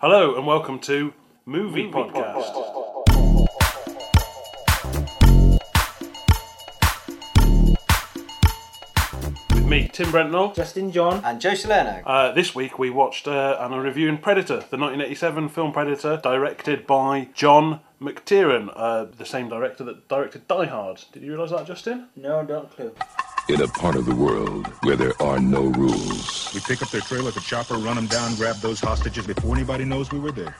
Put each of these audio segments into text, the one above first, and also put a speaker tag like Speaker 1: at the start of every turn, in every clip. Speaker 1: Hello and welcome to Movie, Podcast. With me, Tim Brentnell.
Speaker 2: Justin John.
Speaker 3: And Joe Salerno.
Speaker 1: Uh, this week we watched uh, and are reviewing Predator, the 1987 film Predator, directed by John McTiernan, uh, the same director that directed Die Hard. Did you realise that, Justin?
Speaker 2: No, don't clue.
Speaker 4: In a part of the world where there are no rules,
Speaker 5: We pick up their trail at the chopper, run them down, grab those hostages before anybody knows we were there.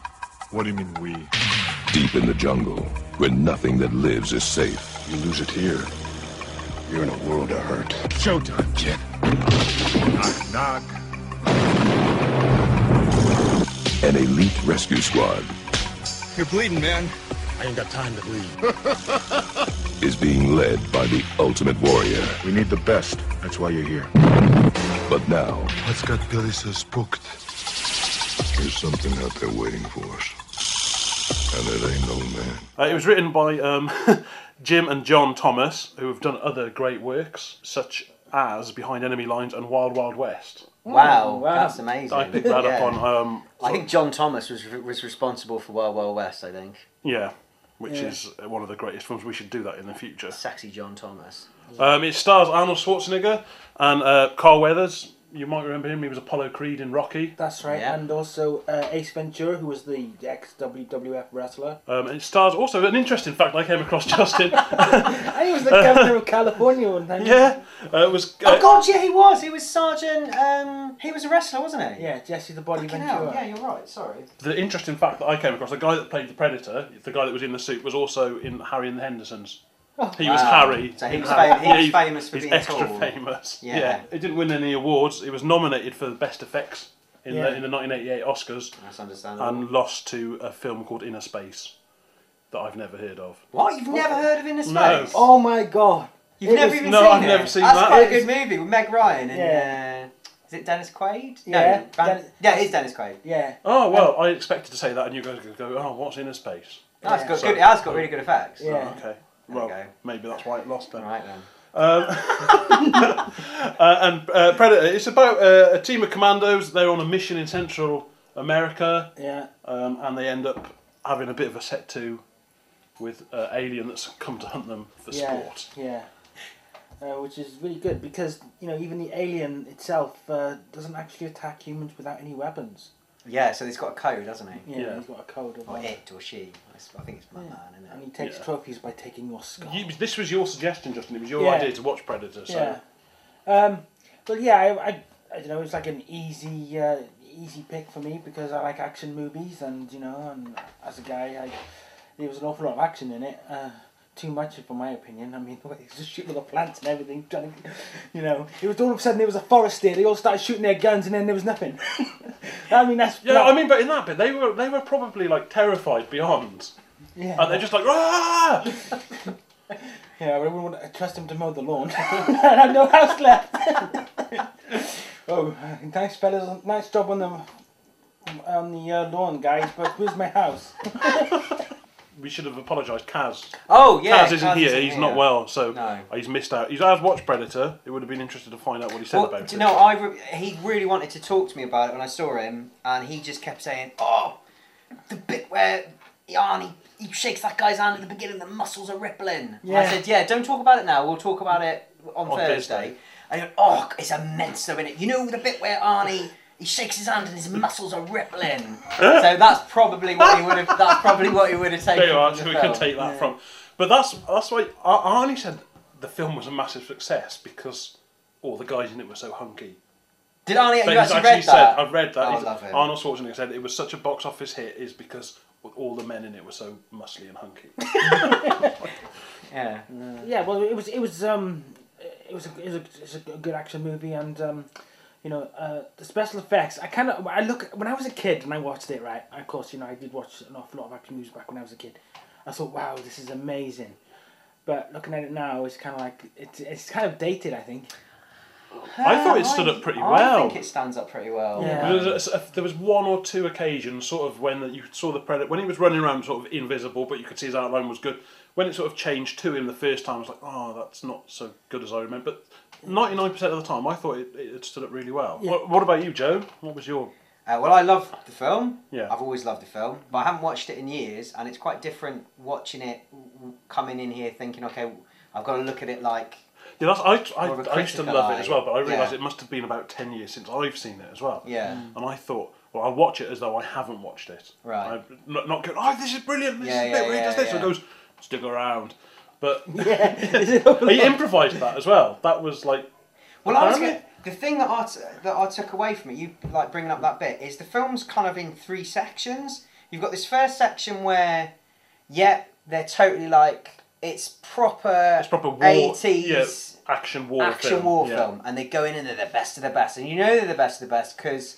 Speaker 5: What do you mean we?
Speaker 4: deep in the jungle where nothing that lives is safe. You lose it here, you're in a world of hurt.
Speaker 5: Showtime.
Speaker 4: Check.
Speaker 5: Knock, knock.
Speaker 4: An elite rescue squad
Speaker 5: You're bleeding, man.
Speaker 4: is being led by the ultimate warrior.
Speaker 5: We need the best. That's why you're here.
Speaker 4: But now,
Speaker 6: What's got Billy so spooked? There's something out there waiting for us. And it ain't no man.
Speaker 1: Uh, it was written by um, Jim and John Thomas, who have done other great works, such as Behind Enemy Lines and Wild Wild West.
Speaker 3: Wow,
Speaker 2: wow.
Speaker 3: that's amazing.
Speaker 1: I picked that up
Speaker 3: Yeah.
Speaker 1: on, um,
Speaker 3: I think John Thomas was was responsible for Wild Wild West. I think
Speaker 1: yeah, which is one of the greatest films. We should do that in the future.
Speaker 3: sexy John Thomas.
Speaker 1: Um, it stars Arnold Schwarzenegger and uh, Carl Weathers. You might remember him. He was Apollo Creed in Rocky.
Speaker 2: That's right.
Speaker 3: Yeah.
Speaker 2: And also uh, Ace Ventura, who was the ex WWF wrestler.
Speaker 1: Um, and it stars also an interesting fact I came across, Justin.
Speaker 2: And he was the governor of California one time.
Speaker 1: yeah, uh, it was. Uh,
Speaker 3: oh God, yeah, he was. He was Sergeant. Um, he was a wrestler, wasn't he?
Speaker 2: Yeah, Jesse the Body
Speaker 3: Fucking hell,
Speaker 2: Ventura.
Speaker 3: Yeah, you're right. Sorry.
Speaker 1: The interesting fact that I came across, the guy that played the Predator, the guy that was in the suit, was also in Harry and the Hendersons. He was
Speaker 3: Oh, Wow.
Speaker 1: Harry.
Speaker 3: So he
Speaker 1: in
Speaker 3: was
Speaker 1: Harry.
Speaker 3: fam- he
Speaker 1: Yeah,
Speaker 3: was famous for
Speaker 1: he's
Speaker 3: being
Speaker 1: extra
Speaker 3: tall.
Speaker 1: famous. Yeah.
Speaker 3: Yeah.
Speaker 1: He didn't win any awards. He was nominated for the best effects in,
Speaker 2: Yeah.
Speaker 1: the, in the 1988 Oscars
Speaker 3: That's understandable.
Speaker 1: and lost to a film called Inner Space that I've never heard of.
Speaker 3: what? You've never heard of Inner Space?
Speaker 1: No.
Speaker 2: Oh my god.
Speaker 3: You've never
Speaker 2: is-
Speaker 3: even
Speaker 1: No,
Speaker 3: seen
Speaker 1: I've
Speaker 3: it?
Speaker 1: never seen
Speaker 3: That's
Speaker 1: that.
Speaker 3: quite a good movie with Meg Ryan and
Speaker 2: Yeah.
Speaker 3: uh, is it Dennis Quaid?
Speaker 2: Yeah,
Speaker 3: No, Van-
Speaker 2: Den-
Speaker 3: yeah, it is Dennis Quaid.
Speaker 2: Yeah.
Speaker 1: Oh well, I expected to say that, and you guys could go, "Oh, what's Inner Space?" Oh,
Speaker 3: No, it's
Speaker 2: Yeah.
Speaker 3: got good. It has got really good effects.
Speaker 2: Yeah.
Speaker 1: Okay.
Speaker 3: There
Speaker 1: Well,
Speaker 3: we go.
Speaker 1: maybe that's why it lost then.
Speaker 3: All right then.
Speaker 1: Uh, and uh, Predator. It's about uh, a team of commandos. They're on a mission in Central America,
Speaker 2: Yeah.
Speaker 1: um, and they end up having a bit of a set to with an alien that's come to hunt them for
Speaker 2: yeah.
Speaker 1: sport.
Speaker 2: Yeah. Uh, which is really good because you know even the alien itself uh, doesn't actually attack humans without any weapons.
Speaker 3: Yeah, so it's got a code, hasn't it?
Speaker 2: Yeah,
Speaker 1: Yeah.
Speaker 2: he's got a code of
Speaker 3: Or
Speaker 2: honor.
Speaker 3: Oh, it or she. I s- I think it's my man, isn't
Speaker 2: and
Speaker 3: it?
Speaker 2: he takes
Speaker 1: Yeah.
Speaker 2: trophies by taking your skull.
Speaker 1: You, this was your suggestion, Justin. It was your
Speaker 2: Yeah.
Speaker 1: idea to watch Predator. So.
Speaker 2: Yeah. Um, but yeah, I, I, I don't know. It's like an easy, uh, easy pick for me because I like action movies, and you know, and as a guy, I, there was an awful lot of action in it. Uh, too much, for my opinion. I mean, the way they just shooting all the plants and everything, trying to, you know, it was all of a sudden there was a forest there. They all started shooting their guns, and then there was nothing. I mean, that's
Speaker 1: Yeah,
Speaker 2: that-
Speaker 1: I mean, but in that bit, they were they were probably like terrified beyond,
Speaker 2: yeah,
Speaker 1: and they're just like, "Ah!"
Speaker 2: yeah. I wouldn't want to trust him to mow the lawn. I have no house left. Oh, thanks, fellas. Nice job on the on the uh, lawn, guys. But where's my house?
Speaker 1: We should have apologised, Kaz.
Speaker 3: Oh yeah.
Speaker 1: Kaz isn't here. he's not well, so
Speaker 3: No.
Speaker 1: he's missed out. He's has watched Predator. It would have been interesting to find out what he said
Speaker 3: Well,
Speaker 1: about
Speaker 3: do
Speaker 1: it.
Speaker 3: you know, I re- he really wanted to talk to me about it when I saw him, and he just kept saying, "Oh, the bit where Arnie he shakes that guy's hand at the beginning, the muscles are rippling." And I
Speaker 2: Yeah.
Speaker 3: said, "Yeah, don't talk about it now. We'll talk about it on,
Speaker 1: On
Speaker 3: Thursday."
Speaker 1: Thursday.
Speaker 3: And he went, "Oh, it's immense, though, is it? You know the bit where Arnie." He shakes his hand and his muscles are rippling. so that's probably what he would have. That's probably what he would have taken.
Speaker 1: There you are,
Speaker 3: from
Speaker 1: so
Speaker 3: the
Speaker 1: we can
Speaker 3: film.
Speaker 1: take that from. But that's that's why Ar- Arnie said the film was a massive success because all the guys in it were so hunky.
Speaker 3: Did Arnie?
Speaker 1: But
Speaker 3: you
Speaker 1: he's
Speaker 3: actually, read
Speaker 1: said,
Speaker 3: that?
Speaker 1: "I've read that."
Speaker 3: Oh, I
Speaker 1: He's-
Speaker 3: love him.
Speaker 1: Arnold Schwarzenegger said it was such a box office hit is because all the men in it were so muscly and hunky.
Speaker 3: Yeah.
Speaker 1: Mm.
Speaker 2: yeah, well, it was it was um, it was a, it was a, it was a good action movie, and um, you know, uh, the special effects. I kind of I look when I was a kid and I watched it. Right, of course, you know, I did watch an awful lot of action movies back when I was a kid. I thought, wow, this is amazing. But looking at it now, it's kind of like it's it's kind of dated. I think.
Speaker 1: I thought it stood up pretty well.
Speaker 3: I think it stands up pretty well.
Speaker 2: Yeah.
Speaker 1: There was, a- there was one or two occasions, sort of, when you saw the predator when he was running around, sort of invisible, but you could see his outline was good. When it sort of changed to him the first time, I was like, "Oh, that's not so good as I remember." But ninety nine percent of the time, I thought it, it had stood up really well. What, what about you, Joe? What was your
Speaker 3: Uh, well, I love the film.
Speaker 1: Yeah.
Speaker 3: I've always loved the film, but I haven't watched it in years, and it's quite different watching it, w- w- coming in here thinking, okay, I've got to look at it like
Speaker 1: Yeah, that's, I, I,
Speaker 3: More of a
Speaker 1: I used to
Speaker 3: critical
Speaker 1: love
Speaker 3: eye.
Speaker 1: it as well, but I realised
Speaker 3: Yeah.
Speaker 1: it must have been about 10 years since I've seen it as well.
Speaker 3: Yeah.
Speaker 1: And I thought, well, I'll watch it as though I haven't watched it.
Speaker 3: Right.
Speaker 1: I, not, not going, oh, this is brilliant, this
Speaker 3: Yeah,
Speaker 1: is a
Speaker 3: yeah,
Speaker 1: bit where he does
Speaker 3: yeah,
Speaker 1: this, or
Speaker 3: yeah.
Speaker 1: goes, stick around. But
Speaker 2: Yeah. Is it all
Speaker 1: he
Speaker 2: right?
Speaker 1: improvised that as well. That was like,
Speaker 3: Well, I was
Speaker 1: Apparently-
Speaker 3: gonna, the thing that I, t- that I took away from it, you like bringing up that bit, is the film's kind of in three sections. You've got this first section where, yeah, they're totally like it's proper,
Speaker 1: it's proper war. yeah,
Speaker 3: 80s
Speaker 1: action war
Speaker 3: action
Speaker 1: film.
Speaker 3: war
Speaker 1: yeah.
Speaker 3: film, and they go in and they're the best of the best, and you know they're the best of the best because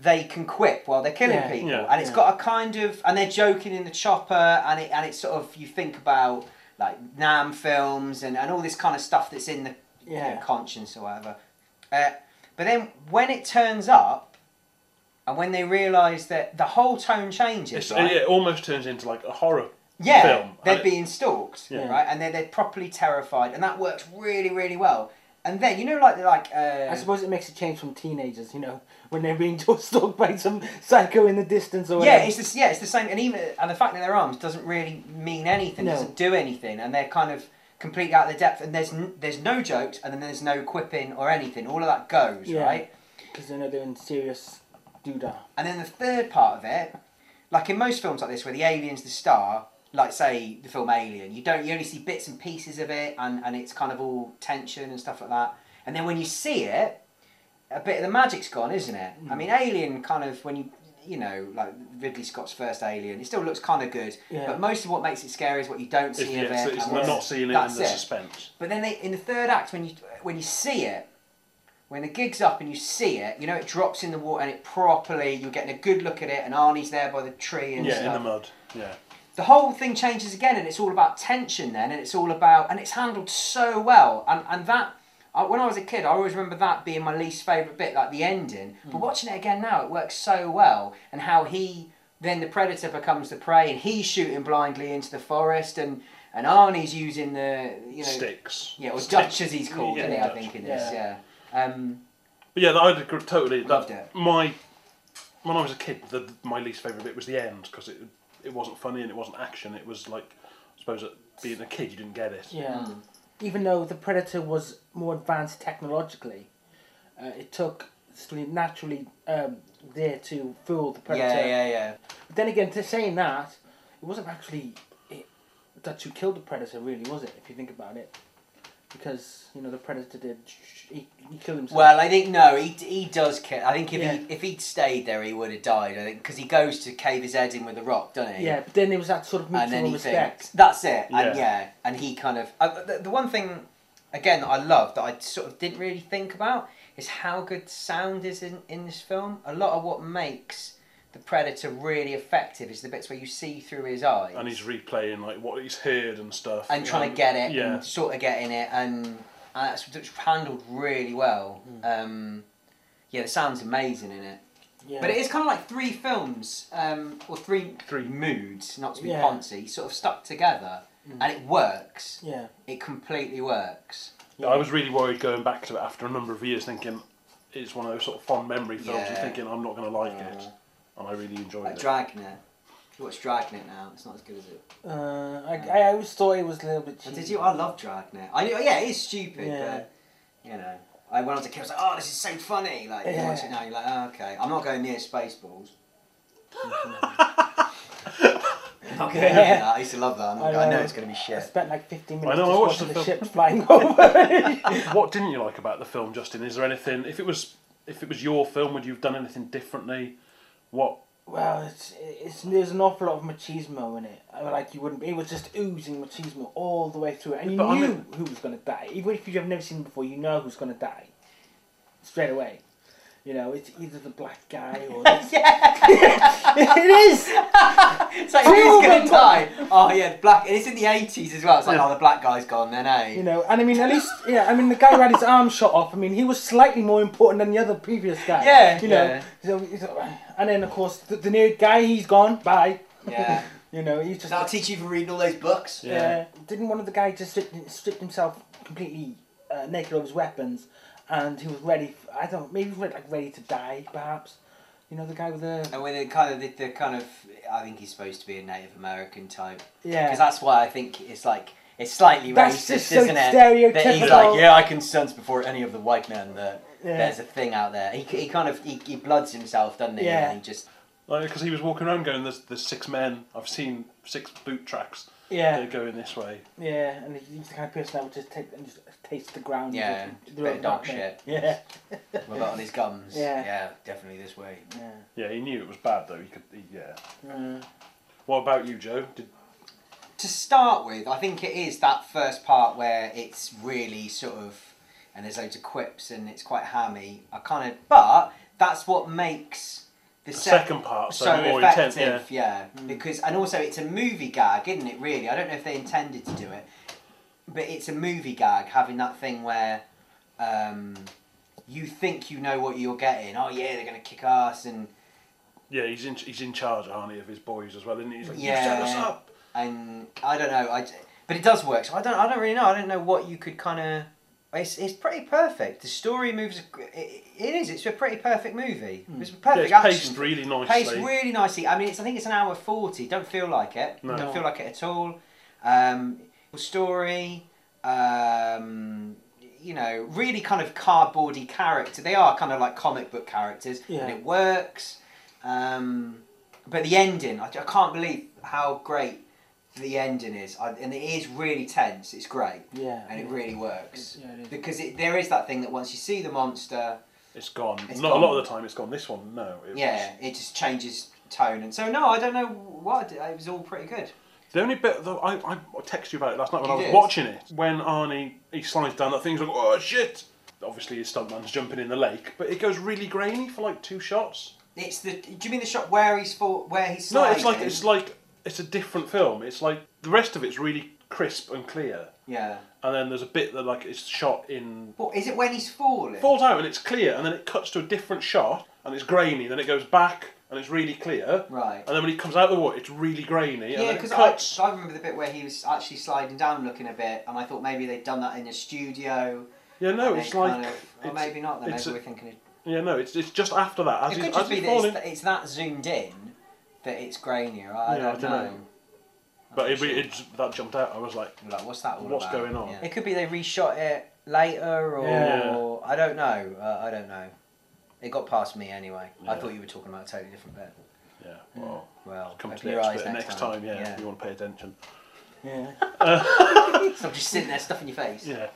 Speaker 3: they can quip while they're killing
Speaker 2: Yeah.
Speaker 3: people,
Speaker 1: Yeah.
Speaker 3: and it's
Speaker 2: Yeah.
Speaker 3: got a kind of and they're joking in the chopper, and it and it's sort of you think about like Nam films and, and all this kind of stuff that's in the you know,
Speaker 2: Yeah.
Speaker 3: conscience or whatever. Uh, but then when it turns up, and when they realise that the whole tone changes,
Speaker 1: It's,
Speaker 3: right?
Speaker 1: It almost turns into like a horror
Speaker 3: yeah,
Speaker 1: film.
Speaker 3: they're
Speaker 1: And it-
Speaker 3: being stalked,
Speaker 1: Yeah.
Speaker 3: right? And they're, they're properly terrified, and that works really, really well. And then you know, like like
Speaker 2: I
Speaker 3: uh,
Speaker 2: suppose it makes a change from teenagers, you know, when they're being stalked by some psycho in the distance or
Speaker 3: yeah,
Speaker 2: whatever.
Speaker 3: it's this yeah, it's the same. And even and the fact that their arms doesn't really mean anything,
Speaker 2: No.
Speaker 3: doesn't do anything, and they're kind of completely out of the depth. And there's n- there's no jokes, and then there's no quipping or anything. All of that goes
Speaker 2: Yeah.
Speaker 3: right.
Speaker 2: Because they're not doing serious doodah.
Speaker 3: And then the third part of it, like in most films like this, where the alien's the star, like say the film Alien, you don't you only see bits and pieces of it, and and it's kind of all tension and stuff like that. And then when you see it, a bit of the magic's gone, isn't it?
Speaker 1: Hmm.
Speaker 3: I mean, Alien kind of when you you know like Ridley Scott's first Alien, it still looks kind of good,
Speaker 2: Yeah.
Speaker 3: but most of what makes it scary is what you don't see
Speaker 1: It's, yeah,
Speaker 3: of it.
Speaker 1: it's, it's
Speaker 3: and what's-
Speaker 1: not seeing it
Speaker 3: that's
Speaker 1: in the suspense.
Speaker 3: but then they, in the third act, when you when you see it, when the gig's up and you see it, you know it drops in the water and it properly. You're getting a good look at it, and Arnie's there by the tree and
Speaker 1: Yeah,
Speaker 3: stuff.
Speaker 1: in the mud. Yeah.
Speaker 3: The whole thing changes again, and it's all about tension then, and it's all about and it's handled so well. And and that I, when I was a kid, I always remember that being my least favorite bit, like the ending.
Speaker 1: Hmm.
Speaker 3: But watching it again now, it works so well, and how he then the predator becomes the prey, and he's shooting blindly into the forest, and and Arnie's using the you know
Speaker 1: Sticks.
Speaker 3: yeah, or
Speaker 1: Sticks.
Speaker 3: Dutch as he's called,
Speaker 1: Yeah,
Speaker 3: isn't it? I
Speaker 1: Dutch.
Speaker 3: think in this, yeah. Um,
Speaker 1: But yeah, I agree totally.
Speaker 3: Loved
Speaker 1: That,
Speaker 3: it.
Speaker 1: my when I was a kid, the, my least favorite bit was the end because it it wasn't funny and it wasn't action. It was like I suppose that being a kid, you didn't get it.
Speaker 2: Yeah. Even though the Predator was more advanced technologically, uh, it took Slee naturally um, there to fool the Predator.
Speaker 3: yeah, yeah, yeah.
Speaker 2: But then again, to saying that, it wasn't actually it, that who killed the Predator, really, was it? If you think about it, because you know the Predator did sh- he, he killed himself.
Speaker 3: Well, I think no, he he does kill. I think if
Speaker 2: Yeah.
Speaker 3: he if he'd stayed there, he would have died. I think because he goes to cave his head in with a rock, doesn't he?
Speaker 2: yeah, but then it was that sort of
Speaker 3: and then
Speaker 2: mutual
Speaker 3: he
Speaker 2: respect.
Speaker 3: thinks that's it.
Speaker 1: Yeah.
Speaker 3: And yeah, and he kind of uh, the, the one thing again that I love that I sort of didn't really think about is how good sound is in in this film. A lot of what makes the predator really effective is the bits where you see through his eyes.
Speaker 1: And he's replaying like what he's heard and stuff.
Speaker 3: and trying to
Speaker 1: Um,
Speaker 3: get it
Speaker 1: Yeah.
Speaker 3: and sort of getting it and, and that's, that's handled really well um, yeah the sound's amazing in it
Speaker 2: Yeah.
Speaker 3: but it is kind of like three films um, or three
Speaker 1: Three.
Speaker 3: moods not to be
Speaker 2: Yeah.
Speaker 3: poncy sort of stuck together and it works
Speaker 2: Yeah.
Speaker 3: it completely works
Speaker 1: I was really worried going back to it after a number of years, thinking it's one of those sort of fond memory films and
Speaker 3: Yeah. Mm.
Speaker 1: thinking I'm not going to like it, and I really enjoyed
Speaker 3: like
Speaker 1: it.
Speaker 3: Dragnet you watch Dragnet now it's not as good as it
Speaker 2: Uh, I, I always thought it was a little bit.
Speaker 3: But
Speaker 2: Cheesy.
Speaker 3: did you I love Dragnet I knew yeah it is stupid
Speaker 2: Yeah.
Speaker 3: but you know I, when I was a kid I was like oh this is so funny like you
Speaker 2: Yeah.
Speaker 3: watch it now you're like oh, okay I'm not going near Spaceballs Okay.
Speaker 2: Yeah.
Speaker 3: I used to love that. I'm,
Speaker 2: I
Speaker 3: I, know.
Speaker 2: know.
Speaker 3: it's going to be
Speaker 2: I
Speaker 3: shit.
Speaker 2: spent like 15
Speaker 1: I
Speaker 2: minutes
Speaker 1: know, I
Speaker 2: just
Speaker 1: watched
Speaker 2: watching
Speaker 1: the
Speaker 2: the,
Speaker 1: film.
Speaker 2: ships flying over.
Speaker 1: what didn't you like about the film, Justin? Is there anything? If it was if it was your film, would you have done anything differently? What
Speaker 2: Well, it's, it's there's an awful lot of machismo in it. I mean, like you wouldn't, it was just oozing machismo all the way through, it. and you
Speaker 1: But I'm
Speaker 2: knew who was going to die. Even if you've never seen it before, you know who's going to die straight away. You know, it's either the black guy or it is.
Speaker 3: It's like,
Speaker 2: Two
Speaker 3: who's
Speaker 2: of
Speaker 3: going
Speaker 2: them
Speaker 3: to die? Oh, yeah, the black. It's in the 80s as well. It's like, oh, the black guy's gone then, eh?
Speaker 2: You know, and I mean, at least yeah. I mean, the guy who had his arm shot off. I mean, he was slightly more important than the other previous guy.
Speaker 3: Yeah,
Speaker 2: you know.
Speaker 3: yeah.
Speaker 2: So, so- and then of course the, the new guy, he's gone. Bye.
Speaker 3: Yeah.
Speaker 2: You know, he's just
Speaker 3: That'll teach you from reading all those books.
Speaker 1: Yeah.
Speaker 2: Yeah. Didn't one of the guys just strip, strip himself completely uh, naked of his weapons, and he was ready? f I don't. Maybe he was ready, like ready to die, perhaps. You know the guy with the
Speaker 3: And when they kind of the, the kind of I think he's supposed to be a Native American type.
Speaker 2: Yeah.
Speaker 3: Because that's why I think it's like it's slightly
Speaker 2: That's
Speaker 3: racist,
Speaker 2: just so
Speaker 3: isn't it? That he's like,
Speaker 2: stereotypical.
Speaker 3: yeah, I can sense before any of the white men that
Speaker 2: Yeah.
Speaker 3: there's a thing out there. He, he kind of he, he bloods himself, doesn't he?
Speaker 2: Yeah.
Speaker 3: And he just
Speaker 1: Because he was walking around going, there's, there's six men, I've seen six boot tracks, they're
Speaker 2: yeah
Speaker 1: going this way.
Speaker 2: yeah, and he's the kind of person that would just take and just taste the ground.
Speaker 3: Yeah,
Speaker 2: and
Speaker 3: just
Speaker 2: just,
Speaker 3: a bit of dog
Speaker 2: that
Speaker 3: shit.
Speaker 2: bit. Yeah,
Speaker 3: with it on his gums.
Speaker 2: Yeah.
Speaker 3: Yeah, definitely this way.
Speaker 2: yeah.
Speaker 1: Yeah, he knew it was bad though. He could, he, yeah.
Speaker 2: Uh,
Speaker 3: Mm.
Speaker 1: What about you, Joe? Did,
Speaker 3: to start with, I think it is that first part where it's really sort of, and there's loads of quips and it's quite hammy. I kind of, but that's what makes the,
Speaker 1: the
Speaker 3: sec-
Speaker 1: second part, so, Oh, more intense. Yeah. Hmm.
Speaker 3: effective, yeah. Because and also it's a movie gag, isn't it? Really, I don't know if they intended to do it, but it's a movie gag having that thing where um, you think you know what you're getting. Oh yeah, they're gonna kick ass and
Speaker 1: yeah, he's in, he's in charge, aren't he, of his boys as well, isn't he? He's like,
Speaker 3: Yeah.
Speaker 1: you set us up.
Speaker 3: and I don't know. I, but it does work. So I don't. I don't really know. I don't know what you could kind of. It's, it's pretty perfect. The story moves. It, it is. It's a pretty perfect movie. It's a
Speaker 1: Hmm. Yeah,
Speaker 3: perfect
Speaker 1: it's
Speaker 3: action.
Speaker 1: paced really nicely.
Speaker 3: Paced really nicely. I mean, it's. I think it's an hour forty. Don't feel like it.
Speaker 1: No.
Speaker 3: Don't feel like it at all. Um, story. Um, you know, really kind of cardboardy character. They are kind of like comic book characters,
Speaker 2: Yeah.
Speaker 3: and it works. Um, but the ending, I, I can't believe how great the ending is, I, and it is really tense. It's great,
Speaker 2: yeah.
Speaker 3: and it really works
Speaker 2: Yeah, it is.
Speaker 3: because it, there is that thing that once you see the monster,
Speaker 1: It's gone.
Speaker 3: It's
Speaker 1: Not a lot
Speaker 3: gone.
Speaker 1: of the time it's gone. This one, no. It was-
Speaker 3: yeah, it just changes tone. And so no, I don't know what I did. it was all pretty good.
Speaker 1: The only bit that I, I texted you about it last night when
Speaker 3: You
Speaker 1: I was
Speaker 3: did?
Speaker 1: watching it, when Arnie he slides down that thing, he's like, oh shit! Obviously, his stuntman's jumping in the lake, but it goes really grainy for like two shots.
Speaker 3: It's the. Do you mean the shot where he's for where he's?
Speaker 1: No, it's like
Speaker 3: sliding?
Speaker 1: it's like it's a different film. It's like the rest of it's really crisp and clear,
Speaker 3: yeah.
Speaker 1: and then there's a bit that like it's shot in
Speaker 3: What is it when he's falling?
Speaker 1: falls out and it's clear, and then it cuts to a different shot and it's grainy. Then it goes back and it's really clear.
Speaker 3: Right.
Speaker 1: And then when he comes out of the water, it's really grainy. and
Speaker 3: Yeah,
Speaker 1: then it
Speaker 3: because
Speaker 1: cuts.
Speaker 3: I, I remember the bit where he was actually sliding down, looking a bit, and I thought maybe they'd done that in a studio.
Speaker 1: yeah, no,
Speaker 3: and
Speaker 1: it's
Speaker 3: they
Speaker 1: like
Speaker 3: kind of- or
Speaker 1: it's-
Speaker 3: maybe not. Then
Speaker 1: it's
Speaker 3: maybe
Speaker 1: a-
Speaker 3: we're thinking. It,
Speaker 1: Yeah, no, it's, it's just after that. As
Speaker 3: it
Speaker 1: he's,
Speaker 3: could
Speaker 1: as
Speaker 3: just be
Speaker 1: he's
Speaker 3: that
Speaker 1: falling,
Speaker 3: it's, it's that zoomed in that it's grainier. I,
Speaker 1: Yeah, I
Speaker 3: don't,
Speaker 1: dunno.
Speaker 3: know.
Speaker 1: but it, it, that jumped out. I was like,
Speaker 3: I'm Like, what's that all
Speaker 1: What's
Speaker 3: about?
Speaker 1: going on?
Speaker 3: Yeah. It could be they reshot it later, or
Speaker 1: Yeah.
Speaker 3: I don't know. Uh, I don't know. It got past me anyway. I
Speaker 1: Yeah.
Speaker 3: thought you were talking about a totally different bit.
Speaker 1: yeah, well,
Speaker 3: Well,
Speaker 1: come to
Speaker 3: open
Speaker 1: the
Speaker 3: your eyes
Speaker 1: next bit
Speaker 3: next,
Speaker 1: next time. yeah,
Speaker 3: yeah.
Speaker 1: if you want to pay attention.
Speaker 2: yeah.
Speaker 3: Stop just sitting there stuffing your face.
Speaker 1: Yeah.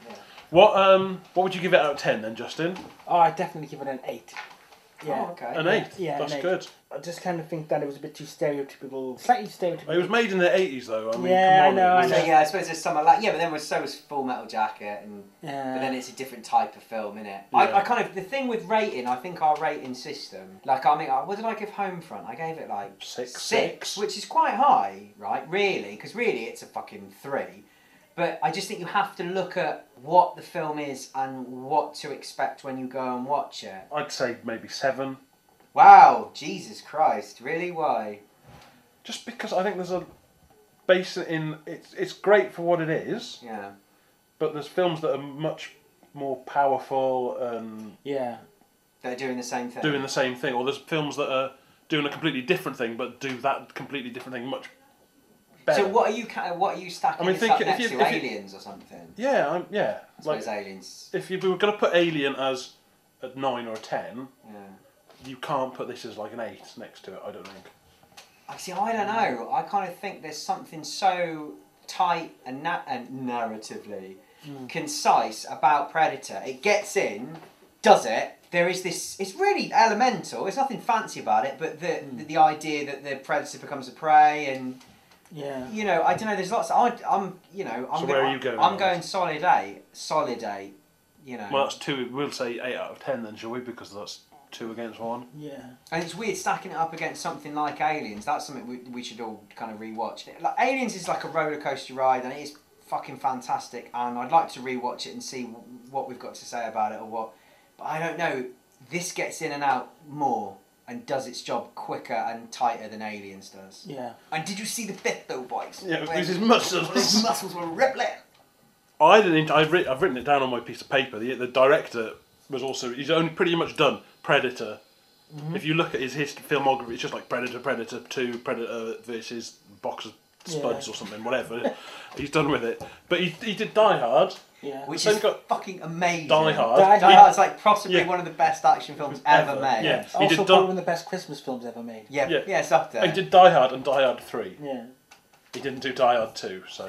Speaker 1: What um what would you give it out of ten then, Justin?
Speaker 2: Oh, I definitely give it an eight. Yeah.
Speaker 3: Oh, okay.
Speaker 1: An eight.
Speaker 2: uh, Yeah,
Speaker 1: that's
Speaker 2: an eight.
Speaker 1: good.
Speaker 2: I just kind of think that it was a bit too stereotypical, slightly stereotypical.
Speaker 1: It was made in the eighties though. I mean,
Speaker 2: Yeah,
Speaker 1: come on,
Speaker 2: I
Speaker 1: it
Speaker 2: know, I
Speaker 1: was-
Speaker 3: So yeah, I suppose there's some like yeah, but then was so was Full Metal Jacket, and
Speaker 2: Yeah.
Speaker 3: but then it's a different type of film, innit? I,
Speaker 1: Uh, Yeah.
Speaker 3: I kind of the thing with rating, I think our rating system, like I mean, I- what did I give Homefront? I gave it like
Speaker 1: Six. Six.
Speaker 3: which is quite high, right? Really, because really it's a fucking three. But I just think you have to look at what the film is and what to expect when you go and watch it.
Speaker 1: I'd say maybe seven.
Speaker 3: Wow, Jesus Christ, really? Why?
Speaker 1: Just because I think there's a base in it's it's great for what it is,
Speaker 3: Yeah.
Speaker 1: but there's films that are much more powerful and
Speaker 2: yeah.
Speaker 3: They're doing the same thing.
Speaker 1: doing the same thing, or there's films that are doing a completely different thing but do that completely different thing much better.
Speaker 3: So what are you ca- what are you stacking
Speaker 1: I mean,
Speaker 3: this
Speaker 1: think
Speaker 3: up
Speaker 1: if
Speaker 3: next
Speaker 1: you-
Speaker 3: to
Speaker 1: if you-
Speaker 3: aliens or something?
Speaker 1: Yeah, I'm, yeah.
Speaker 3: I
Speaker 1: Like,
Speaker 3: suppose aliens.
Speaker 1: if you were going to put Alien as a nine or a ten,
Speaker 3: Yeah.
Speaker 1: you can't put this as like an eight next to it. I don't think.
Speaker 3: I see. I don't know. I kind of think there's something so tight and na- and narratively
Speaker 1: Hmm.
Speaker 3: concise about Predator. It gets in, does it? There is this. It's really elemental. There's nothing fancy about it, but the
Speaker 1: Hmm.
Speaker 3: the, the idea that the predator becomes a prey, and
Speaker 2: Yeah.
Speaker 3: you know, I don't know. There's lots. I, I'm, you know, I'm.
Speaker 1: So
Speaker 3: gonna,
Speaker 1: where are you going
Speaker 3: I'm
Speaker 1: on
Speaker 3: going
Speaker 1: this?
Speaker 3: solid eight. Solid eight. You know.
Speaker 1: Well, that's two. We'll say eight out of ten then, shall we? Because that's two against one.
Speaker 2: Yeah.
Speaker 3: And it's weird stacking it up against something like Aliens. That's something we, we should all kind of rewatch. Like Aliens is like a roller coaster ride, and it is fucking fantastic. And I'd like to rewatch it and see w- what we've got to say about it or what. But I don't know. This gets in and out more and does its job quicker and tighter than Aliens does.
Speaker 2: Yeah.
Speaker 3: And did you see the fifth though, boys?
Speaker 1: Yeah,
Speaker 3: When
Speaker 1: because his muscles-
Speaker 3: His muscles were rippling.
Speaker 1: I didn't. I've, writ, I've written it down on my piece of paper. The, the director was also. He's only pretty much done Predator, If you look at his hist- filmography, it's just like Predator, Predator Two, Predator versus Box of Spuds
Speaker 2: Yeah.
Speaker 1: or something, whatever. he's done with it. But he, he did Die Hard,
Speaker 2: Yeah.
Speaker 3: Which
Speaker 1: Then
Speaker 3: is
Speaker 1: got
Speaker 3: fucking amazing.
Speaker 1: Die Hard.
Speaker 2: Die
Speaker 3: Die
Speaker 2: Yeah.
Speaker 3: Hard's like possibly
Speaker 1: Yeah.
Speaker 3: one of the best action films ever,
Speaker 1: Ever,
Speaker 3: made.
Speaker 1: yeah. He
Speaker 2: also
Speaker 1: did
Speaker 2: probably
Speaker 1: Don-
Speaker 2: one of the best Christmas films ever made.
Speaker 3: Yeah,
Speaker 1: Yeah.
Speaker 3: yeah, it's up there.
Speaker 1: He did Die Hard and Die Hard Three.
Speaker 2: Yeah.
Speaker 1: He didn't do Die Hard 2, so.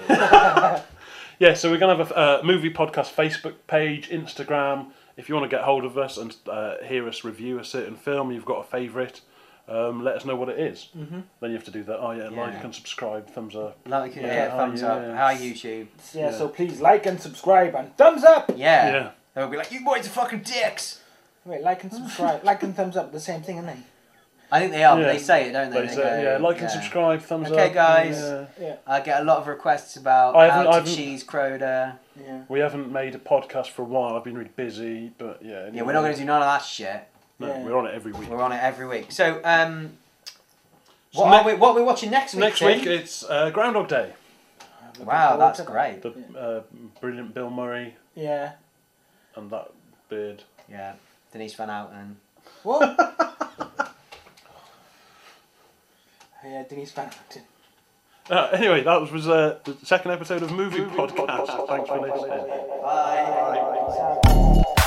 Speaker 1: yeah, so we're going to have a uh, movie podcast Facebook page, Instagram. If you want to get hold of us and uh, hear us review a certain film, you've got a favourite, um, let us know what it Mm-hmm. Then you have to do that. Oh, yeah,
Speaker 3: Yeah.
Speaker 1: like and subscribe, thumbs up.
Speaker 3: Like, yeah,
Speaker 1: Yeah,
Speaker 3: thumbs
Speaker 1: yeah,
Speaker 3: up.
Speaker 1: yeah.
Speaker 3: Hi YouTube.
Speaker 2: So, yeah, So please like and subscribe and thumbs up.
Speaker 3: Yeah.
Speaker 1: Yeah.
Speaker 3: They'll be like, you boys are fucking dicks.
Speaker 2: Wait, like and subscribe, like and thumbs up, the same thing, aren't they?
Speaker 3: I think they are.
Speaker 1: Yeah.
Speaker 3: But they say it, don't they?
Speaker 1: They
Speaker 3: They
Speaker 1: say,
Speaker 3: go,
Speaker 1: yeah, like and subscribe, thumbs up.
Speaker 3: Okay, guys.
Speaker 1: Yeah.
Speaker 2: Yeah.
Speaker 3: I get a lot of requests about
Speaker 1: I haven't-
Speaker 3: how to
Speaker 1: I haven't-
Speaker 3: cheese Crowder.
Speaker 2: Yeah.
Speaker 1: We haven't made a podcast for a while. I've been really busy, but yeah.
Speaker 3: Yeah, we're not going to do none of that shit.
Speaker 1: No,
Speaker 2: Yeah.
Speaker 1: we're on it every week.
Speaker 3: We're on it every week. So, um,
Speaker 1: So
Speaker 3: what,
Speaker 1: ne-
Speaker 3: are we, what are we watching next week?
Speaker 1: Next
Speaker 3: Tim?
Speaker 1: week it's uh, Groundhog Day.
Speaker 3: Wow,
Speaker 2: Looking forward
Speaker 3: that's
Speaker 2: to that.
Speaker 3: great.
Speaker 1: The uh, brilliant Bill Murray
Speaker 2: Yeah.
Speaker 1: and that beard.
Speaker 3: Yeah, Denise Van Outen.
Speaker 2: What? Oh, yeah, Denise Van Acton.
Speaker 1: Uh, anyway, that was uh, the second episode of Movie Podcast. Thanks for listening.
Speaker 3: Bye.
Speaker 2: Bye.